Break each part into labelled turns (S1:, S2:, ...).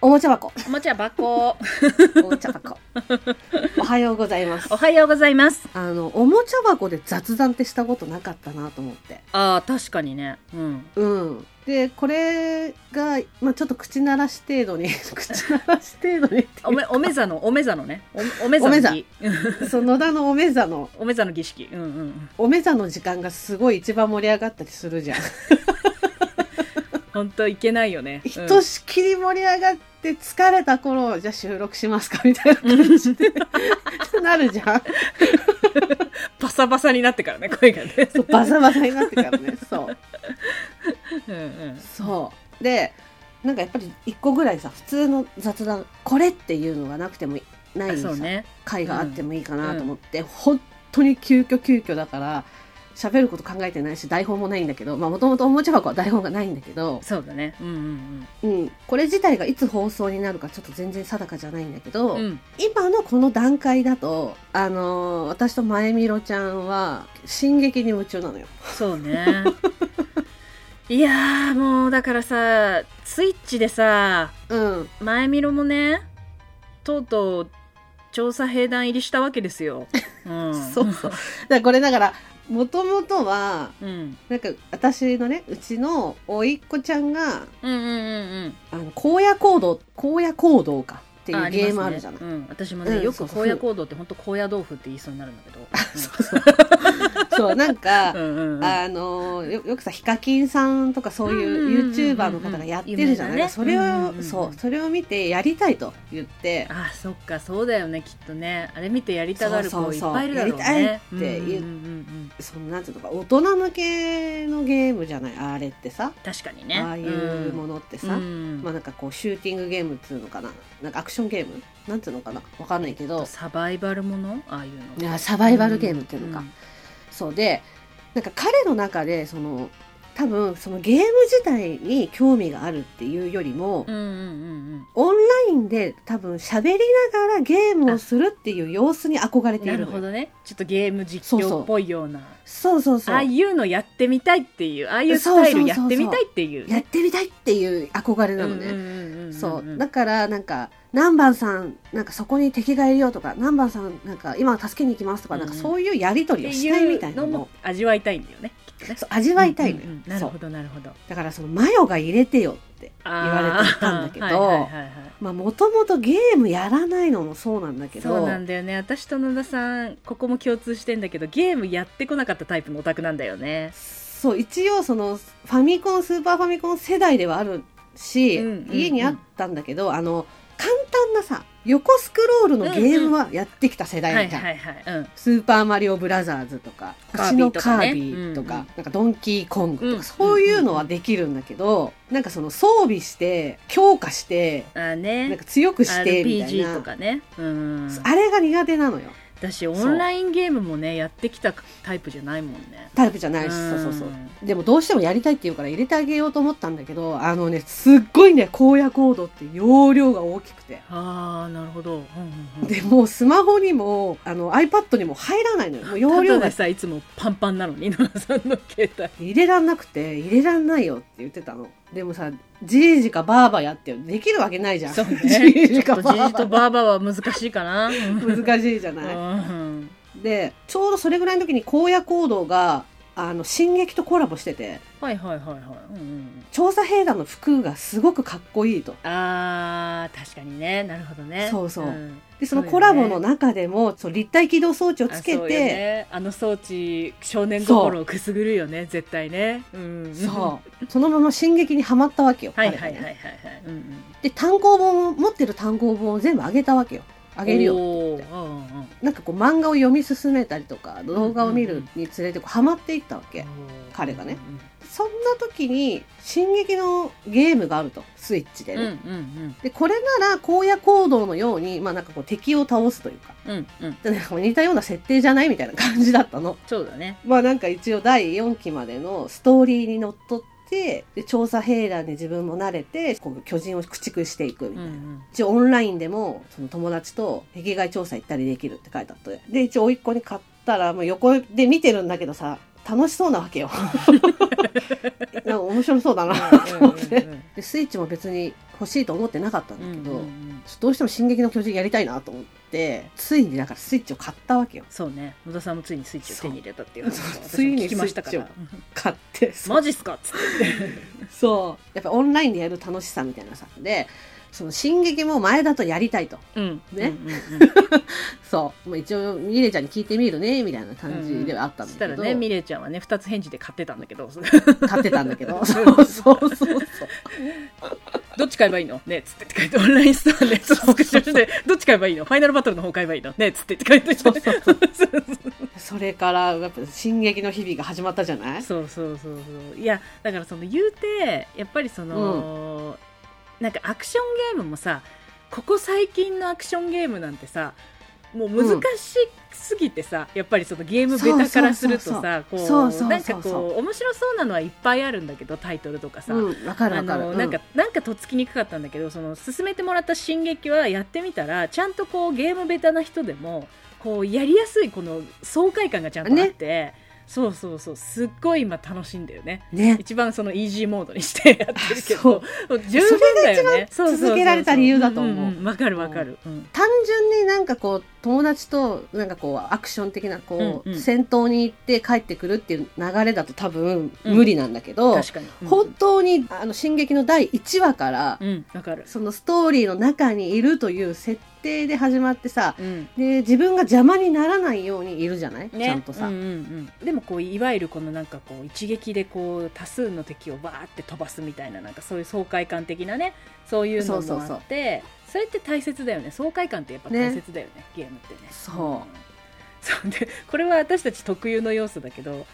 S1: おもちゃ箱。
S2: おもちゃ箱。
S1: おもちゃ箱。おはようございます
S2: お。はようございます。
S1: あの、おもちゃ箱で雑談ってしたことなかったなと思って。
S2: ああ、確かにね。うん。
S1: うん。で、これが、まあちょっと口鳴らし程度に、 口鳴らし程度にって
S2: おめ、おめざの、おめざのね。おおめざの儀。うん
S1: その野田のおめざの、
S2: おめざの儀式。うんうん。
S1: おめざの時間がすごい一番盛り上がったりするじゃん。
S2: 本当いけないよね。うん
S1: ひとしきり盛り上がって疲れた頃、じゃあ収録しますかみたいな感じで、なるじゃん。
S2: バサバサになってからね、声が ね。
S1: そうバサバサになってからね。そう。
S2: うんうん。
S1: そうでなんかやっぱり一個ぐらいさ普通の雑談これっていうのがなくてもいないさ、
S2: そうね。
S1: 回があってもいいかなと思って、本当に急遽急遽だから喋ること考えてないし台本もないんだけどまあもともとおもちゃ箱は台本がないんだけど、
S2: そうだね。うんうん
S1: うん、これ自体がいつ放送になるかちょっと全然定かじゃないんだけど、
S2: うん。うん。
S1: 今のこの段階だとあのー私と前みろちゃんは進撃に夢中なのよ。
S2: そう ね。いやー、もうだからさ、スイッチでさ、
S1: うん、
S2: 前みろもね、とうとう調査兵団入りしたわけですよ。うん。
S1: そうそう。だからこれだからもともとは
S2: うん。
S1: なんか私のねうちの甥いっ子ちゃんが
S2: うんうんうん
S1: あの荒野行動荒野行動かって
S2: うん。
S1: いうゲームあるじゃない
S2: りますねうん、私もね、
S1: うん
S2: よく
S1: そうそう
S2: 高野行動って本当高野豆腐って言いそうになるんだけど。
S1: そうそうそうなんか、
S2: うんうんうん
S1: あのよよくさヒカキンさんとかそうい
S2: うんうんうんうん
S1: う YouTuber の方がやってるじゃない、
S2: 有名なね
S1: それを、
S2: うんうんうん
S1: そうそれを見てやりたいと言って
S2: あそっかそうだよねきっとねあれ見てやりたがる
S1: そ
S2: 子
S1: う
S2: いっ
S1: そうそう
S2: ぱいいるだろうね
S1: やりたいって言う
S2: うんうんうんうん
S1: そのなんていうのか大人向けのゲームじゃないあれってさ、
S2: 確かにね
S1: ああいうものってさ、
S2: うん
S1: まあなんかこうシューティングゲームっていうのかななんかアクションゲームなんていうのかなわかんないけど
S2: サバイバルものああいうの
S1: いやサ
S2: サ
S1: バイバルゲームっていうのか、そうでなんか彼の中でその多分そのゲーム自体に興味があるっていうよりも、
S2: うんうんうん
S1: オンラインで多分喋りながらゲームをするっていう様子に憧れ
S2: うん
S1: てい
S2: な
S1: る
S2: る
S1: の
S2: ほ
S1: よ
S2: どねちょっとゲーム実況っぽいような
S1: そうそうそう
S2: ああいうのやってみたいっていうああいうスタイルやってみたいっていう
S1: やってみたいっていう憧れなのね、
S2: うんうんうんうんうん
S1: そうだからなんか南蛮さんなんかそこに敵がいるよとか南蛮さんなんか今助けに行きますとか,、
S2: うん
S1: なんかそういうやり取り
S2: っ
S1: を
S2: て
S1: したいみた
S2: い
S1: いうな
S2: の
S1: の
S2: も
S1: を
S2: 味わいたいんだよねきっとね
S1: そう味わいたいのよ、
S2: うんうんうんなる
S1: そう
S2: ほどなるほど
S1: だからそのマヨが入れてよって言
S2: 言
S1: われていたんだけどまあもともとゲームやらないのもそうなんだけど
S2: そうなんだよね私と野田さんここも共通してんだけどゲームやってこなかったタイプのオタクなんだよね
S1: そう一応そのファミコンスーパーファミコン世代ではあるし、
S2: うんうんうん
S1: 家にあったんだけどあの簡単なさ横スクロールのゲームはやってきた世
S2: は
S1: 代
S2: い
S1: みた
S2: はい
S1: な、
S2: いはい、うん、
S1: スーパーマリオブラザーズとか、
S2: カ
S1: 星
S2: ービィ
S1: の
S2: と
S1: カ
S2: かね
S1: ービィと
S2: うん
S1: か
S2: うん、
S1: なんかドンキーコングとか、
S2: うん
S1: そういうのはできるんだけど、なんかその装備して、強化して、
S2: あー
S1: なん
S2: ね
S1: か強くして、みたい
S2: RPG
S1: な
S2: と。かねうん
S1: あれが苦手なのよ。
S2: 私オンラインゲームもねやってきたタイプじゃないもんね
S1: タイプじゃないし、そうそうそう。でもどうしてもやりたいって言うから入れてあげようと思ったんだけど、あのね、すっごいね、荒野行動って容量が大きくて。
S2: ああなるほど、うんうんうん、
S1: で、もうスマホにも、あの iPad にも入らないのよ。もう容量
S2: ただ
S1: が
S2: でさいつもパンパンなのに野田さんの携帯
S1: 入れらんなくて入れらんないよって言ってたのでもさじいじかばあばやってよできるわけ ないじゃん
S2: そう
S1: じい
S2: ね
S1: じ
S2: ちょ
S1: か
S2: っと
S1: ば
S2: じ
S1: あ
S2: じと
S1: ば
S2: ばあばは難しいかな、うん
S1: 難しいじゃない、
S2: うん
S1: でちょうどそれぐらいの時に荒野行動があの進撃とコラボしてて
S2: はいはいはいはい、うんうん
S1: 調査兵団の服がすごくかっこいいと
S2: うん、あー確かにねなるほどね
S1: そうそうんでその
S2: そうよね
S1: コラボの中でもそう、立体起動装置をつけ
S2: あそうよ
S1: て
S2: ね、あの装置少年心をくすぐるよね絶対ね、うん、
S1: そう,、そのまま進撃にはまったわけよ
S2: はいはいはいはい
S1: 彼
S2: は
S1: がね
S2: い、うんうん、
S1: で単行本を持ってる単行本を全部あげたわけよあげるよ
S2: おーうんうんうん
S1: なんかこう漫画を読み進めたりとか動画を見るにつれてこうハマっていったわけ、彼がねそんな時に「進撃のゲーム」があるとスイッチで
S2: うん
S1: ね、
S2: うんうん
S1: でこれなら荒野行動のように、まあ、なんかこう敵を倒すというか
S2: うんうん
S1: でなんか似たような設定じゃないみたいな感じだったの
S2: そうだね
S1: まあなんか一応第4期までのストーリーにのっとってで調査兵団に自分も慣れてこう巨人を駆逐していくみたい
S2: う
S1: な、
S2: んうん
S1: 一応オンラインでもその友達と壁外調査行ったりできるって書いてあってで一応甥いっ子に買ったらもう横で見てるんだけどさ楽しそうなわ けよなんか面白そうだなと思って、
S2: うんうんうん
S1: でスイッチも別に欲しいと思ってなかったんだけど、
S2: うんうんうん
S1: どうしても「進撃の巨人」やりたいなと思ってついにだからスイッチを買ったわけよ
S2: そうね野田さんもついにスイッチを手に入れたっていう話
S1: そう
S2: を
S1: ついに
S2: 私も聞きましたか
S1: スイッ
S2: ら
S1: チ買ってそう
S2: マジっすかっつって
S1: そうやっぱオンラインでやる楽しさみたいなさでその「進撃」も前だとやりたいと
S2: うん
S1: ね
S2: うんうんうん
S1: そう、まあ、一応ミレちゃんに聞いてみるねみたいな感じではあったん
S2: そし
S1: だ
S2: た
S1: け
S2: ら
S1: ど、
S2: ねミレイちゃんはね2つ返事で買ってたんだけど
S1: 買ってたんだけ どそうそうそうそう
S2: どっち買えばいいのねっつってって書いてオンラインストアね つってスクショしてどっち買えばいいのファイナルバトルの方買えばいいのねっつってって書いて
S1: そう
S2: そう
S1: そうそうそれからやっぱ「進撃の日々」が始まったじゃない
S2: そうそうそうそういやだからその言うてやっぱりその、なんかアクションゲームもさここ最近のアクションゲームなんてさもう難しすぎてさ、やっぱりそのゲームベタからするとさこ
S1: そうそうそうそう
S2: うなんかこう面白そうなのはいっぱいあるんだけどタイトルとかさ、
S1: うん、わかる
S2: あ
S1: わかる
S2: のなんか、なんかとっつきにくかったんだけどその勧めてもらった「進撃」はやってみたらちゃんとこうゲームベタな人でもこうやりやすいこの爽快感がちゃんとあって、そうそうそうすっごい今楽しいんだよね
S1: うんね
S2: 一番そのイージーモードにしてやってるけ
S1: あそう
S2: ど十分だよね
S1: それが一番続けられた理由だと思うん
S2: んわ、かるわかる、うん
S1: 単純になんかこう友達となんかこうアクション的なこう、
S2: うんうん
S1: 戦闘に行って帰ってくるっていう流れだと多分
S2: うん
S1: 無理なんだけど、
S2: 確かにうん
S1: 本当に「あの進撃」の第1話から、
S2: うんわかる、
S1: そのストーリーの中にいるという設定で始まってさ
S2: うん
S1: で自分が邪魔にならないようにいるじゃない、ちゃんとさ、
S2: うんうんうんでもこういわゆるこのなんかこう一撃でこう多数の敵をバーって飛ばすみたいななんかそういう爽快感的なねそういうの
S1: そう
S2: も
S1: そうそう
S2: あってそれって大切だよね爽快感ってやっぱ大切だよねゲームってね
S1: そうん
S2: そうでこれは私たち特有の要素だけど、
S1: うん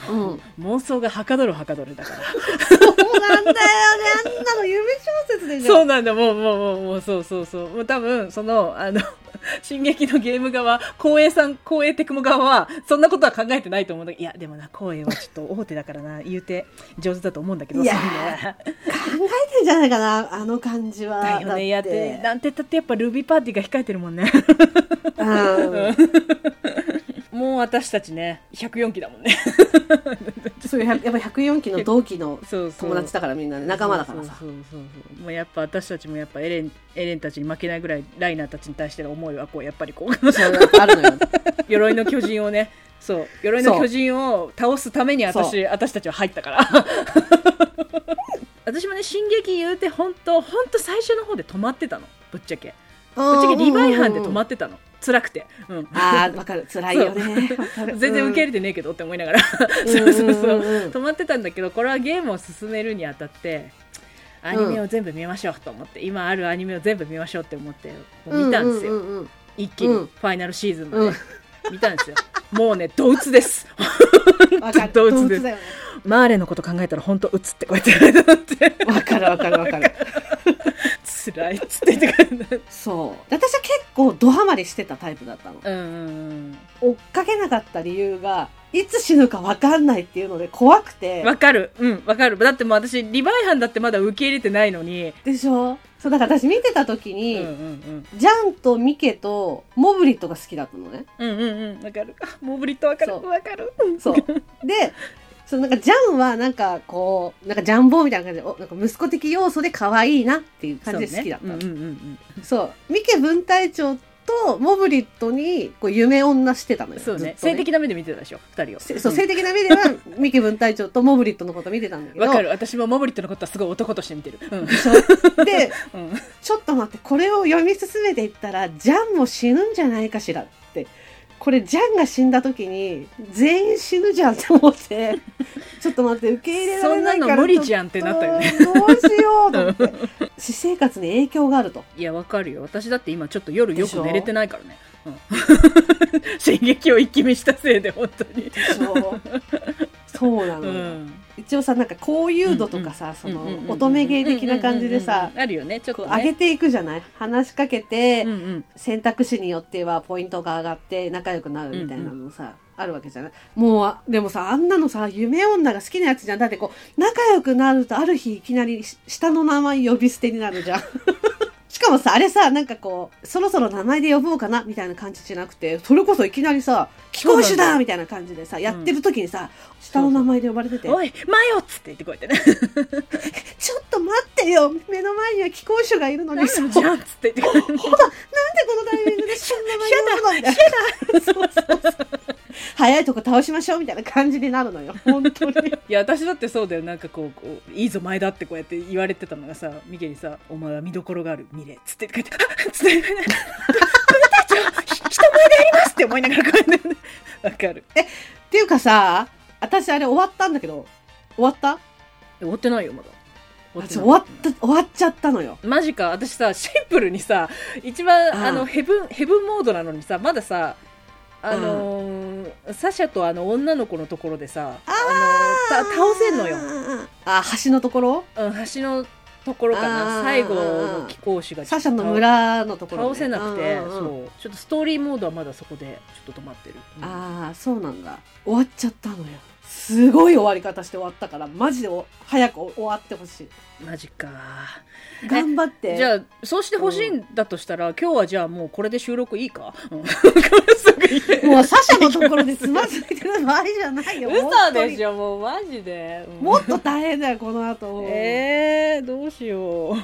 S2: 妄想がはかどるはかどるだから
S1: そうなんだよねあんなの夢小説でしょ
S2: そうなんだもうもうもうもうそうそうそうもう多分その あの進撃のゲーム側光栄さん光栄テクモ側はそんなことは考えてないと思うんだけどいやでもな光栄はちょっと大手だからな言うて上手だと思うんだけど
S1: いやー
S2: そういうのは
S1: 考えてんじゃないかなあの感じは
S2: だよねやってなんて言ったってやっぱルビーパーティーが控えてるもんね
S1: うん
S2: もう私たちね104期だもんね
S1: そういうやっぱ104期の同期の
S2: そうそう
S1: 友達だからみんなね仲間だからさ
S2: そうそうそうそうもうやっぱ私たちもやっぱエレンエレンたちに負けないぐらいライナーたちに対しての思いはこうやっぱりこう
S1: そういうのあるのよ
S2: 鎧の巨人を ねそう鎧の巨人を倒すために私私たちは入ったから 私もね進撃言うて本当本当最初の方で止まってたのぶっちゃけぶっちゃけリヴァイ班で止ま
S1: っ
S2: ってたの辛くて、うん、
S1: ああわかる辛いよねわかる
S2: 全然受け入れてねえけどって思いながら そうそうそう止まってたんだけどこれはゲームを進めるにあたってアニメを全部見ましょうと思って、今あるアニメを全部見ましょうって思ってもう見たんですよ、
S1: よ
S2: 一気に
S1: うん
S2: ファイナルシーズンまで、
S1: うん
S2: 見たんですよもうねドウツです
S1: わ かる
S2: 同
S1: 同
S2: 一
S1: 一
S2: です
S1: だよね
S2: マーレのこと考えたら本当うつってこうやって言われたって
S1: わかるわかるわかる
S2: 辛いっつって言ってくれた
S1: そう私は結構ドハマりしてたタイプだったの
S2: うんうん
S1: 追っかけなかった理由がいつ死ぬかわかんないっていうので怖く
S2: う
S1: て
S2: んわかるうんわかるだってもう私リヴァイハンだってまだ受け入れてないのに
S1: でしょそうだから私見てた時
S2: うんう
S1: に、
S2: ん
S1: ジャンとミケとモブリットが好きだったのね。
S2: うんうんうんうんわかるあモブリットわかる
S1: そう
S2: わかる
S1: そう。で、そのなんかジャンはなんかこう、なんかジャンボみたいな感じで、おなんか息子的要素で可愛いなっていう感じで好きだった
S2: そ
S1: の。
S2: うねうんうんうん
S1: そう。ミケ分隊長とモブリットにこう夢女してたの
S2: う
S1: よ。
S2: んそうね
S1: ずっと
S2: 性的な目で見てたでしょ二人を
S1: せそう、
S2: ん
S1: 性的な目ではミケ分隊長とモブリットのこと見てたんだけど。
S2: わかる私もモブリットのことはすごい男として見てるうん
S1: でしょ。で、
S2: うん
S1: ちょっと待って、これを読み進めていったら、ジャンも死ぬんじゃないかしらって。これ、ジャンが死んだ時に、全員死ぬじゃんって思って、ちょっと待って、受 け入れら
S2: そ
S1: れ
S2: ん
S1: な
S2: ない
S1: から。
S2: の無理じゃんってなったよね
S1: ちょっと。どうしようと思って。私生活に影響があると。
S2: いやわかるよ私だって今ちょっと夜よ
S1: でし
S2: く
S1: ょ
S2: 寝れてないからね、うん、進撃を一気見したせいで本当に
S1: そう。そうなの
S2: う
S1: よ、
S2: ん
S1: 一応さ、なんか高誘度とかさ、その
S2: うんうんうんうん
S1: 乙女芸的な感じで
S2: うんうん
S1: さ
S2: うんう、んあるよねちょっ
S1: ことう
S2: ね
S1: 上げていくじゃない話しかけて、
S2: うんうん
S1: 選択肢によってはポイントが上がって仲良くなるみたいなのさ、あるわけじゃないもうあでもさあんなのさ夢女が好きなやつじゃんだって こう仲良くなるとある日いきなりし下の名前呼び捨てになるじゃんしかもさ、あれさ、なんかこう、そろそろ名前で呼ぼうかな、みたいな感じじゃなくて、それこそいきなりさ、貴公子
S2: そうなん
S1: だ
S2: だ
S1: みたいな感じでさ、やってる時にさ、下の名前で呼ばれてて、
S2: おい、マヨっつって言ってこうやってね。
S1: ちょっと待ってよ目の前には貴公子がいるの
S2: 何
S1: に
S2: じ
S1: さ、
S2: ゃ
S1: ほ
S2: ん
S1: ら、 なんで
S2: っつって言ってこう
S1: このタイミングで下の名前呼ぶのみたいな。早いとこ倒しましょうみたいな感じになる のよ、本当に。
S2: いや、私だってそうだよ。なんかこう、こういいぞ、前だってこうやって言われてたのがさ、ミケにさ、お前は見どころがある、見れっつってこうやって、あっつって、僕たちはひ人前でやりますって思いながらこうやってね。わかる。
S1: っていうかさ、私あれ終わったんだけど、終わった
S2: 終わってないよ、まだ。
S1: あちょ終わった、終わっちゃったのよ。
S2: マジか私さシンプルにさ一番、
S1: うん
S2: あのヘブンヘブンモードなのにさまださあのーサシャとあの女の子のところでさあのーた倒せんのよ、
S1: よ。あ、橋のところ
S2: うん、橋のところか
S1: あ
S2: な
S1: ー
S2: 最後の貴公子が
S1: サシャの村のところ、
S2: 倒せなくて、
S1: うんうんうん
S2: そうちょっとストーリーモードはまだそこでちょっと止まってる、うん
S1: ああ、そうなんだ。終わっちゃったのよ。すごい終わり方して終わったから、マジでお早く終わってほし
S2: マジか
S1: い。頑張って。
S2: じゃあそうしてほしいんだとしたら、今日はじゃあもうこれで収録いいか、うん、 すぐ言え
S1: もうサシャのところでつまずいてる場合じゃないよ。
S2: 嘘でし
S1: ょ。
S2: ょもうマジで、うん
S1: もっと大変だよ、この後。
S2: えー、どうしよ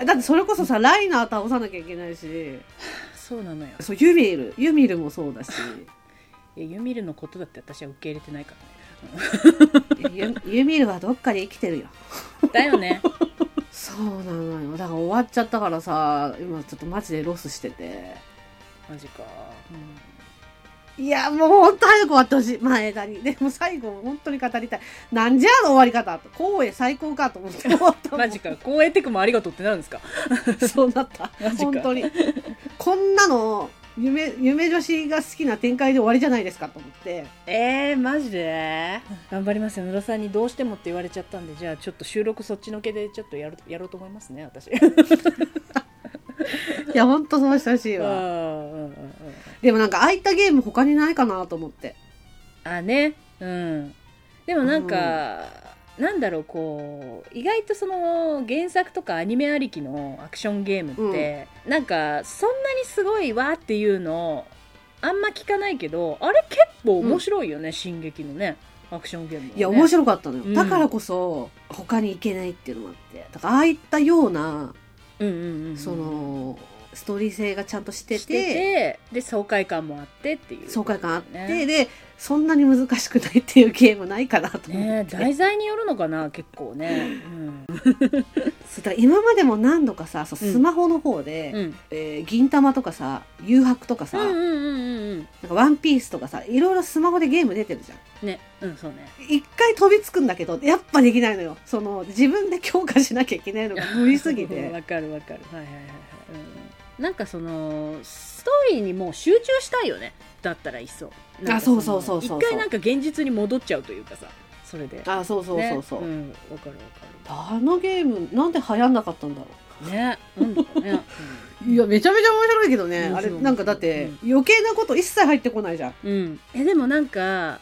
S2: う
S1: だってそれこそさ、ライナー倒さなきゃいけないし、
S2: そうなのよ
S1: そう、ユミル、ユミルもそうだし、
S2: いやユミルのことだって私は受け入れてないか
S1: ユユミルはどっかで生きてるよ。
S2: らね だよね
S1: そうなのよ。だから終わっちゃったからさ、今ちょっとマジでロスしてて。
S2: マジか、うん
S1: いや、もうほんと早く終わってほしい。前田に。でも最後、本当に語りたい。なんじゃあの終わり方と。光栄最高かと思って終わったもん
S2: マジか光栄テクもありがとうってなるんですか
S1: そうなった。
S2: マジか
S1: 本当に。こんなの、夢、夢女子が好きな展開で終わりじゃないですかと思って。
S2: えー、マジで頑張りますよ野田さんにどうしてもって言われちゃったんでじゃあちょっと収録そっちのけでちょっとやるやろうと思いますね私
S1: いや、ほんとそうしてほしい
S2: うんう
S1: わ。
S2: んうんうん
S1: でもなんか、ああいったゲーム他にないかなと思って。
S2: あねうんでもなんか、なんだろうこう意外とその原作とかアニメありきのアクションゲームって、なんかそんなにすごいわーっていうのあんま聞かないけどあれ結構面白いよね、進撃のねアクションゲーム、ね、
S1: いや、面白かったの
S2: う
S1: よ。
S2: ん
S1: だからこそ、他に行けないっていうのもあって。だから、ああいったような、
S2: うんうんうん、
S1: その、ストーリー性がちゃんとして
S2: して
S1: て、
S2: てで爽快感もあってっていう、
S1: 爽快感あって、
S2: ね
S1: で、そんなに難しくないっていうゲームないかなと思
S2: ね
S1: って。
S2: 題材によるのかな結構ね、う
S1: そう
S2: ん
S1: だから今までも何度かさ、そう
S2: うん
S1: スマホの方で、
S2: うん、
S1: えー銀玉とかさ誘白とかさ、
S2: うん
S1: なん
S2: うんうんうんうん
S1: かワンピースとかさいろいろスマホでゲーム出てるじゃん
S2: ねうんそうね
S1: 一回飛びつくんだけどやっぱできないのよその自分で強化しなきゃいけない のが無理すぎ
S2: うん
S1: て
S2: わかるわかるはいはいはいはい、うん、なんかそのストーリーにもう集中したいよねだったらいっそなんか
S1: あそう
S2: の
S1: そうそうそうそう
S2: 一回なんか現実に戻っちゃうというかさそれで
S1: あそうそうそうそう、
S2: ねんわかるわか
S1: あのゲームなんで流行んなかったんだろ
S2: るねなんだかね、う、
S1: うんいやめちゃめちゃ面白いけどね
S2: うん
S1: あれ
S2: そう
S1: なんかだって余計なこと一切入ってこないじゃん
S2: うんえでもなんか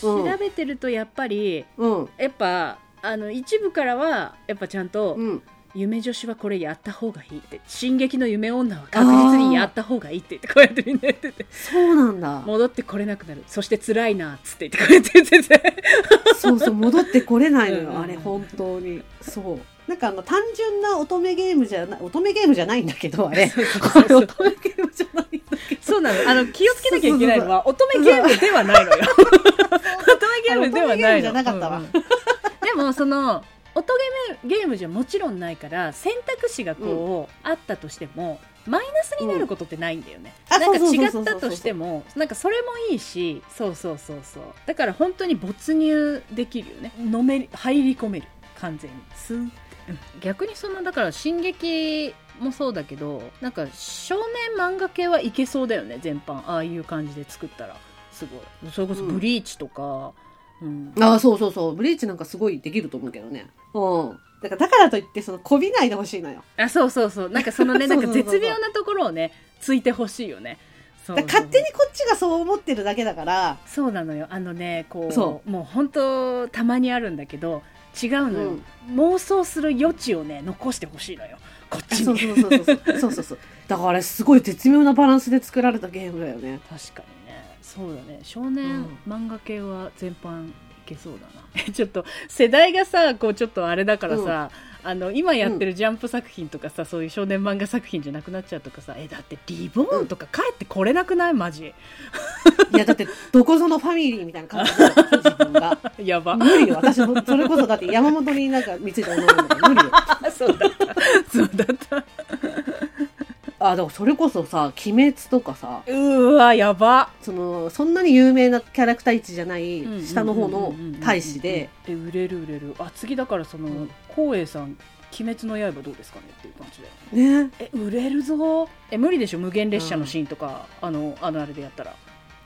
S1: う
S2: 調
S1: ん
S2: べてるとやっぱり、
S1: うん
S2: やっぱあの一部からはやっぱちゃんと
S1: うん
S2: 夢女子はこれやった方がいいって「進撃の夢女は確実にやった方がいい」って言ってこうやってみんな言ってて
S1: そうなんだ
S2: 戻ってこれなくなるそして辛いなっつって言ってこうやって言ってて
S1: そうそう戻ってこれないの
S2: うんうんう
S1: よ
S2: ん
S1: あれ本当にそうなんかあの単純な乙女ゲームじゃない乙女ゲームじゃないんだけど あれ
S2: そうそう
S1: こ
S2: そう
S1: れ
S2: そう
S1: 乙女ゲームじゃないんだけど
S2: そうなのあの気をつけなきゃいけないのは乙女ゲームではない のよ乙女ゲームでは
S1: あ乙
S2: ないの
S1: 女ゲームじゃなかったわ
S2: うんうんでもその乙女ゲームじゃもちろんないから選択肢がこう、あったとしてもマイナスになることってないんだよね、
S1: うんあ
S2: なんか
S1: そうそう
S2: 違
S1: そうそうそう
S2: ったとしてもなんかそれもいいしそうそうそうそうだから本当に没入できるよねのめり入り込める完全にスーッて逆にそのだから「進撃」もそうだけどなんか少年漫画系はいけそうだよね全般ああいう感じで作ったらすごいそれこそ「ブリーチ」とか、うん
S1: ああそうそうそうブリーチなんかすごいできると思うけどねうんだからだからといってそのこびないでほしいのよ
S2: あそうそうそうなんかそのね
S1: そ
S2: な
S1: うん そう
S2: か
S1: そうそう
S2: 絶妙なところをねついてほしいよねそう
S1: だ
S2: そ
S1: か
S2: う
S1: ら勝手にこっちがそう思ってるだけだ から
S2: そうなのよあのねこう
S1: そ
S2: もう本当たまにあるんだけど違うのよ、
S1: うん
S2: 妄想する余地をね残してほしいのよこっ
S1: あ
S2: ち
S1: そう
S2: に
S1: そうそうそうそうそうそうだからあれすごい絶妙なバランスで作られたゲームだよね
S2: 確かにねそうだね少年漫画系は全般いけそうだな、 ちょっと世代がさこうちょっとあれだからさ、あの今やってるジャンプ作品とかさ、そういう少年漫画作品じゃなくなっちゃうとかさえだってリボーンとか帰ってこれなくない マジ
S1: いやだってどこぞのファミリーみたいな感じだよ自分 が
S2: やば
S1: 無理よ私もそれこそだって山本になんか見ついた女の子無理よ
S2: あ そうだったそうだった
S1: あでもそれこそさ「鬼滅」とかさ
S2: うーわやば
S1: そのそんなに有名なキャラクター位置じゃない
S2: うん
S1: 下の方の大使で
S2: うんうんうんうんえ売れる売れるあ次だからその
S1: うん
S2: 光栄さん「鬼滅の刃」どうですかねっていう感じだよね
S1: ね
S2: え売れるぞえ無理でしょ無限列車のシーンとか、あのあのあれでやったら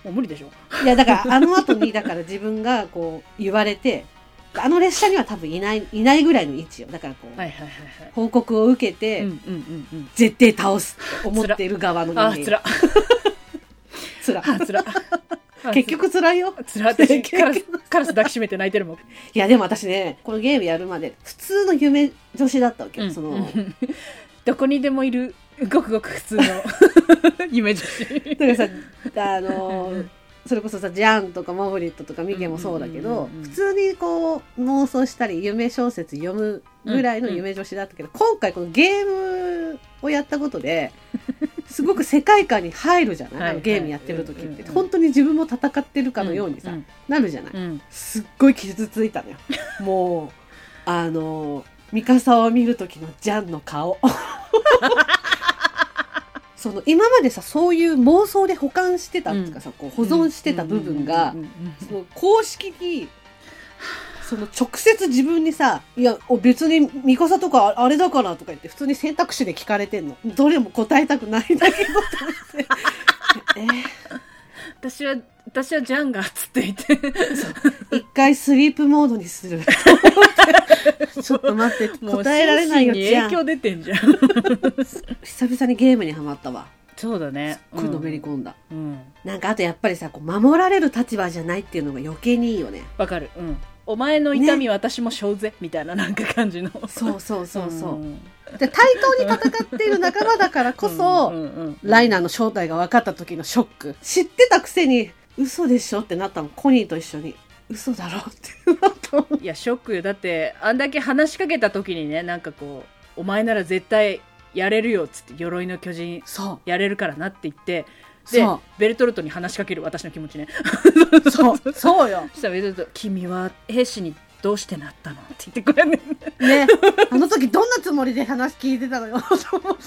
S2: もう無理でしょ
S1: いやだからあの後にだから自分がこう言われてあの列車には多分いないいないぐらいの位置よだからこう、
S2: いはいはいは
S1: 報告を受けて、
S2: うんうんうん
S1: 絶対倒すって思ってる側の
S2: うん
S1: 人間
S2: あーつら
S1: 辛
S2: あーつら あー
S1: 結局辛いよ
S2: つら私
S1: 結局
S2: カラスカラス抱きしめて泣いてるもん
S1: いやでも私ねこのゲームやるまで普通の夢女子だったわけ、その、
S2: うんうんどこにでもいるごくごく普通の 夢女子
S1: だからさあのーそれこそさジャンとかモブリットとかミケもそうだけど、
S2: うんうんうんうん
S1: 普通にこう妄想したり夢小説読むぐらいの夢女子だったけど、今回このゲームをやったことですごく世界観に入るじゃない
S2: はい
S1: あのゲームやってる時って、
S2: うんうんうん
S1: 本当に自分も戦ってるかのようにさ、
S2: ん
S1: なるじゃない、
S2: うん
S1: すっごい傷ついたの よもうあのミカサを見る時のジャンの 顔その今までさそういう妄想で保管してたっていうかさ、こう保存してた部分が、
S2: うんうんうんうん
S1: その公式にその直接自分にさ「いやお別にミカサとかあれだから」とか言って普通に選択肢で聞かれてんのどれも答えたくないんだけどと 思って
S2: 私は私はジャンガーっつっていて
S1: え一回スリープモードにする ちょっと待って
S2: もう
S1: 答えられないよ
S2: 心身
S1: じゃ
S2: に
S1: ん
S2: 影響出てんじゃん
S1: 久々にゲームにはまったわ
S2: そうだ
S1: すっ
S2: ね
S1: ごいのめり込んだ、
S2: うん
S1: なんかあとやっぱりさこう守られる立場じゃないっていうのが余計にいいよね
S2: わかる、うん、お前の痛み私も生ぜ、みたいななんか感じの
S1: そうそうそうそう、
S2: ん
S1: で対等に戦っている仲間だからこそ、
S2: うんうんうん
S1: ライナーの正体が分かった時のショック知ってたくせに嘘でしょってなったのコニーと一緒に嘘だろってなったの
S2: いやショックよだってあんだけ話しかけた時にねなんかこう「お前なら絶対やれるよ」っつって「鎧の巨人
S1: そ
S2: やれるからな」って言ってで
S1: そう
S2: ベルトルトに話しかける私の気持ちね
S1: う そうそう よ
S2: そしたらベルトルト「君は兵士にどうしてなったの?」って言ってこれね
S1: ねあの時どんなつもりで話聞いてたのよと思って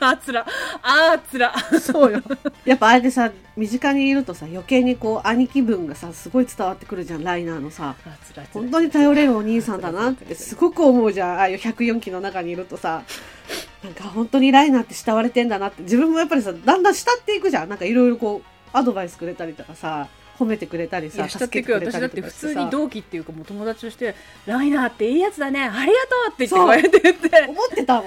S2: あーつらあーつら
S1: そうよ。やっぱあれでさ、身近にいるとさ、余計にこう、兄貴分がさ、すごい伝わってくるじゃん、ライナーのさ。
S2: あーつらつら
S1: 本当に頼れるお兄さんだなってすごく思うじゃん。ああいう104期の中にいるとさ、なんか本当にライナーって慕われてんだなって、自分もやっぱりさ、だんだん慕っていくじゃん。なんかいろいろこう、アドバイスくれたりとかさ、褒めてくれたり
S2: い
S1: さ、
S2: や慕っていくよ私だって普通に
S1: う
S2: 同期っていうかもう友達として「ライナーっていいやつだねありがとう」って言ってこうやって言 って「うん」っ
S1: 思ってたもん。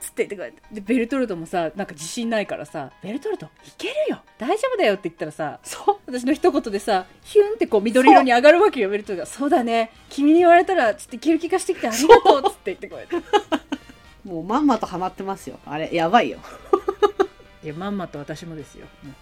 S2: つって言ってこうやってでベルトルトもさなんか自信ないからさ「ベルトルトいけるよ大丈夫だよ」って言ったらさ
S1: そう。
S2: 私の一言でさヒュンってこう緑色に上がるわけよベルトルトが「そうだね君に言われたらちょっといける気がしてきてありがとう」っつって言ってこうやって
S1: もうまんまとハマってますよ。あれ、やばいよ。
S2: いやまんまと私もですよもう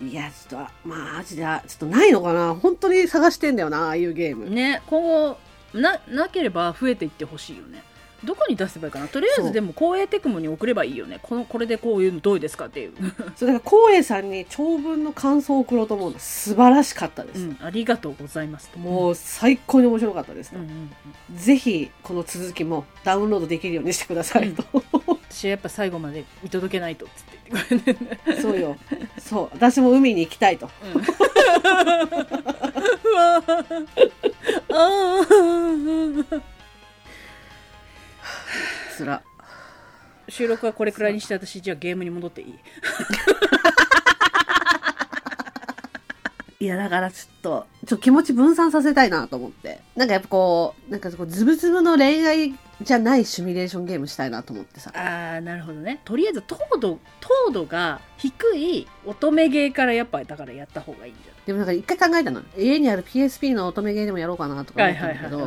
S2: 本
S1: いや、ちょっと、まあ、マジで、ちょっとないのかな。本当に探してんだよな、ああいうゲーム
S2: 当。ね今後ななければ増えていってほしいよねどこに出せばいいかなとりあえ
S1: そ
S2: ず
S1: う
S2: でも光栄テクモに送ればいいよねこのこれでこういうのどうですかっていう
S1: それだから光栄さんに長文の感想を送ろうと思うんです素晴らしかったで
S2: う
S1: す、
S2: ん、ありがとうございますと
S1: もう最高に面白かったです
S2: う
S1: と、
S2: ん、うんうん、
S1: ぜひこの続きもダウンロードできるようにしてくださいと、
S2: 私はやっぱ最後まで見届けないとっつって言ってくれて
S1: そうよそう私も海に行きたいと
S2: うわーあー
S1: つら
S2: 収録はこれくらいにして私じゃあゲームに戻っていい
S1: いやだからちょっとちょっと気持ち分散させたいなと思って。なんかやっぱこう、なんかこうズブズブの恋愛じゃないシミュレーションゲームしたいなと思ってさ。
S2: ああなるほどねとりあえず糖度糖度が低い乙女ゲーからやっぱだからやった方がいいんじ
S1: でもなんか一回考えたの。家にある PSP の乙女ゲーでもやろうかなとか
S2: ゃ
S1: 思っ
S2: ない
S1: たんだけど、
S2: う
S1: ちょ
S2: ん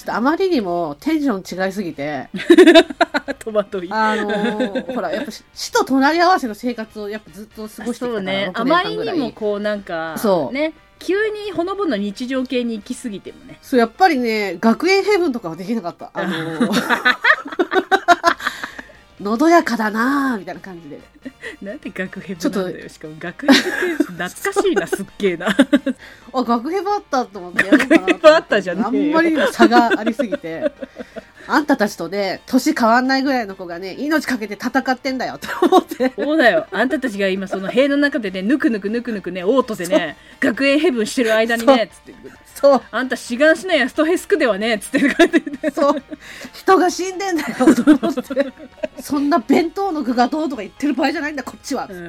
S1: っとあまりにもテンション違いすぎて、
S2: うんトマトいい
S1: あのーほら、やっぱし死と隣り合わせの生活をやっぱずっと過ごしてきた
S2: そ
S1: か
S2: う
S1: ら、6
S2: ねあ
S1: 年
S2: ま
S1: 間
S2: り
S1: ぐ
S2: に
S1: らい
S2: もこうなんか
S1: そう
S2: ね急にほのぼの日常系に行き過ぎてもね
S1: そう、やっぱりね、学園ヘブンとかはできなかった。あの ーのどやかだなぁ、みたいな感じで。
S2: なんて学ヘ
S1: ちょ
S2: ブ
S1: っと
S2: なんだよしかも学ヘブって懐かしい なすっげえな
S1: あ、学ヘブあったと思ってやろうかなと思
S2: 学ヘブあったじゃね
S1: あ
S2: え
S1: ん
S2: よ
S1: まりにも差がありすぎて。あんたたちとね、年変わんないぐらいの子がね、命かけて戦ってんだよ、と思って。
S2: そうだよあんたたちが今その塀の中でねぬくぬくぬくぬくねオートでね学園ヘブンしてる間にねつって
S1: そう、
S2: あんた志願しないやストヘスクではねつって書いてて
S1: そう。人が死んでんだよ、と思って。そんな弁当の具がどうとか言ってる場合じゃないんだ、こっちは。
S2: うんうん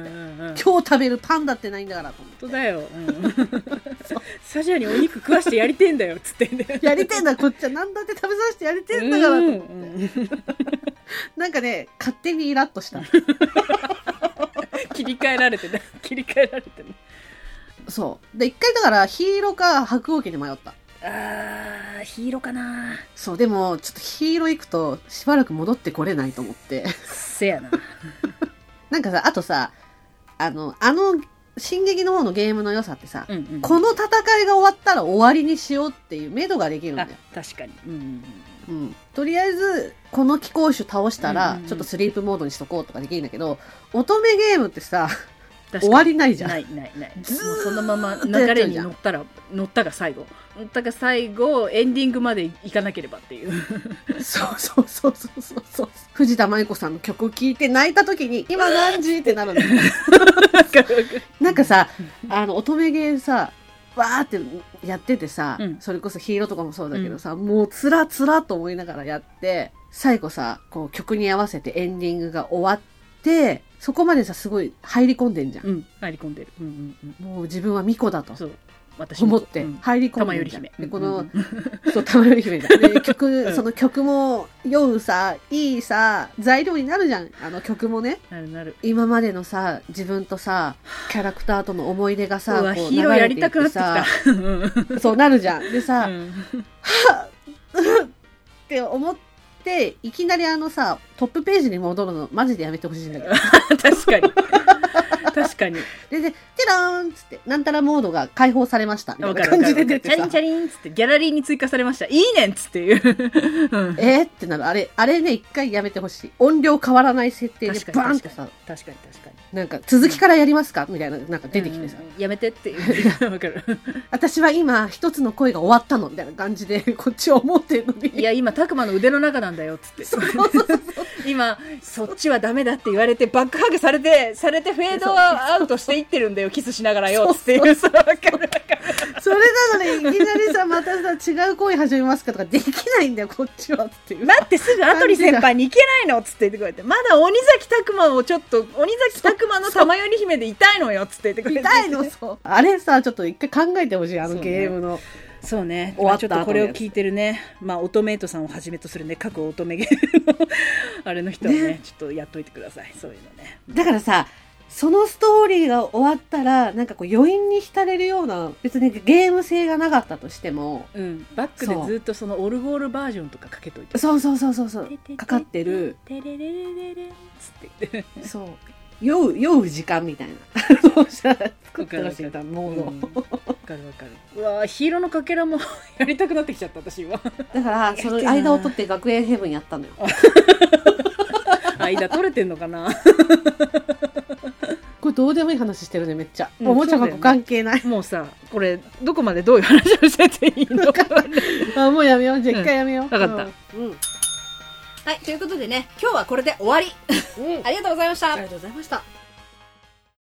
S2: うん
S1: 今日食べるパンだってないんだから、と思って。
S2: 本当だよ、サジャにお肉食わしてやりてえんだよっつってね
S1: やりてえんだ、こっちは何だって食べさせてやりてえんだから、と思って。
S2: うんうん
S1: なんかね、勝手にイラッとした。
S2: 切り替えられてね切り替えられてね
S1: そう。で、一回だから、ヒーローか白鸚家に迷った。
S2: あーヒーローかな
S1: そう、でも、ちょっとヒーロー行くと、しばらく戻ってこれないと思って。
S2: せやな
S1: なんかさ、あとさ、あの、あの、進撃の方のゲームの良さってさ、
S2: うんうん
S1: この戦いが終わったら終わりにしようっていう目処ができるんだ
S2: あ
S1: よ。
S2: 確かに、うんうんうん、
S1: うん。とりあえず、この気候種倒した
S2: うん
S1: ら
S2: うんう、ん
S1: ちょっとスリープモードにしとこうとかできるんだけど、乙女ゲームってさ、
S2: 確かに
S1: 終わりないじゃん
S2: ないないないもう
S1: ずーっと
S2: そのまま流
S1: やってるじゃん
S2: れに乗ったら乗ったが最後乗ったが最後エンディングまで行かなければっていう
S1: そうそうそうそうそうそう。藤田舞子さんの曲を聴いて泣いた時に、今何時ってなるの。なんかさ、あの、乙女ゲーさ、わーってやっててさ、
S2: うん
S1: それこそヒーローとかもそうだけどさ、もうつらつらと思いながらやって、最後さ、こう曲に合わせてエンディングが終わって、そこまでさ、すごい入り込んでんじゃん。
S2: うん入り込んでる、うんうん
S1: もう自分は巫女だと
S2: うん、そう私
S1: 思
S2: も
S1: って
S2: うん
S1: 入り込
S2: 玉
S1: ん
S2: よ
S1: でん
S2: り
S1: じゃん。で、
S2: 姫
S1: この、
S2: うんうんうん
S1: そう、玉より姫だ。で、
S2: う
S1: 曲、
S2: ん
S1: その曲も、酔うさ、いいさ、材料になるじゃん。あの曲もね。
S2: なるなる
S1: 今までのさ、自分とさ、キャラクターとの思い出がさ、
S2: うわ
S1: こう
S2: ヒーローやりたくなってき
S1: 流れ
S2: た
S1: ていっ
S2: うん
S1: てさそう、なるじゃん。でさ、
S2: う
S1: っ
S2: ん
S1: て思って、いきなりあのさ、トップページに戻るの、マジでやめてほしいんだけど。
S2: 確かに確かに
S1: で、で、テラーンっつって、なんたらモードが解放されました。みたい
S2: わか
S1: な
S2: るわ
S1: 感
S2: か
S1: じで出
S2: る
S1: て
S2: チャリ
S1: さ
S2: ンチ。ャリンっつってギャラリーに追加されましたいいねんっつっていう、うん
S1: えー、ってなる。あれ、あれね、一回やめてほしい。音量変わらない設定で
S2: 確か、に
S1: バーンってさ、
S2: 確かに確かに
S1: なんか、続きからやりますかみたいな、なんか出てきてさ、
S2: うんうんうんやめてっていう わかる
S1: 私は今、一つの恋が終わったの、みたいな感じで、 こっちは思ってるの
S2: い
S1: に。
S2: や今拓磨の腕の中なんだよっつって今そっちはダメだって言われてバックハグされてされてフェードアウトしていってるんだよキスしながらよっつっていうさわかるわかる
S1: それなのに、いきなりさ、またさ、違う恋始めますかとか、できないんだよ、こっちはっていう。
S2: 待ってすぐアトリ先輩に行けないのっつって言ってくれてまだ鬼崎拓磨をちょっと鬼崎拓磨の玉より姫でいたいのよっつって言ってくれて
S1: 痛いの、そう。あれさ、ちょっと一回考えてほしい、あのゲームの。
S2: そうね
S1: 終わっ
S2: ちょ
S1: た
S2: っとこれを聞いてるね、まあ、乙女エイトさんをはじめとするね各乙女ゲームのあれの人はね
S1: ね
S2: ちょっとやっといてくださいそういうのね
S1: だからさ、そのストーリーが終わったら、なんかこう、余韻に浸れるような、別にゲーム性がなかったとしても、
S2: うんバックで
S1: そう
S2: ずっとそのオルゴールバージョンとかかけといて
S1: そうそうそうそうそうかかってる
S2: テレレレレレレつって言って
S1: そう酔う酔う時間みたいな そうしたら作ってほしいみたいなモードを、
S2: うんわかるわかるうわーヒーローのかけらもやりたくなってきちゃった私今
S1: だからその間を取って学園ヘブンやったのよ
S2: 間取れてんのかな
S1: これどうでもいい話してるねめっちゃ、
S2: うん
S1: おもちゃ箱関係ない、
S2: もうさこれどこまでどういう話をしてていいのか
S1: あもうやめようじゃあ
S2: うん
S1: 一回やめよう、
S2: わかった
S1: うん、うん
S2: はいということでね今日はこれで終わり
S1: うん、あり
S2: ありがとうございました
S1: がとうございました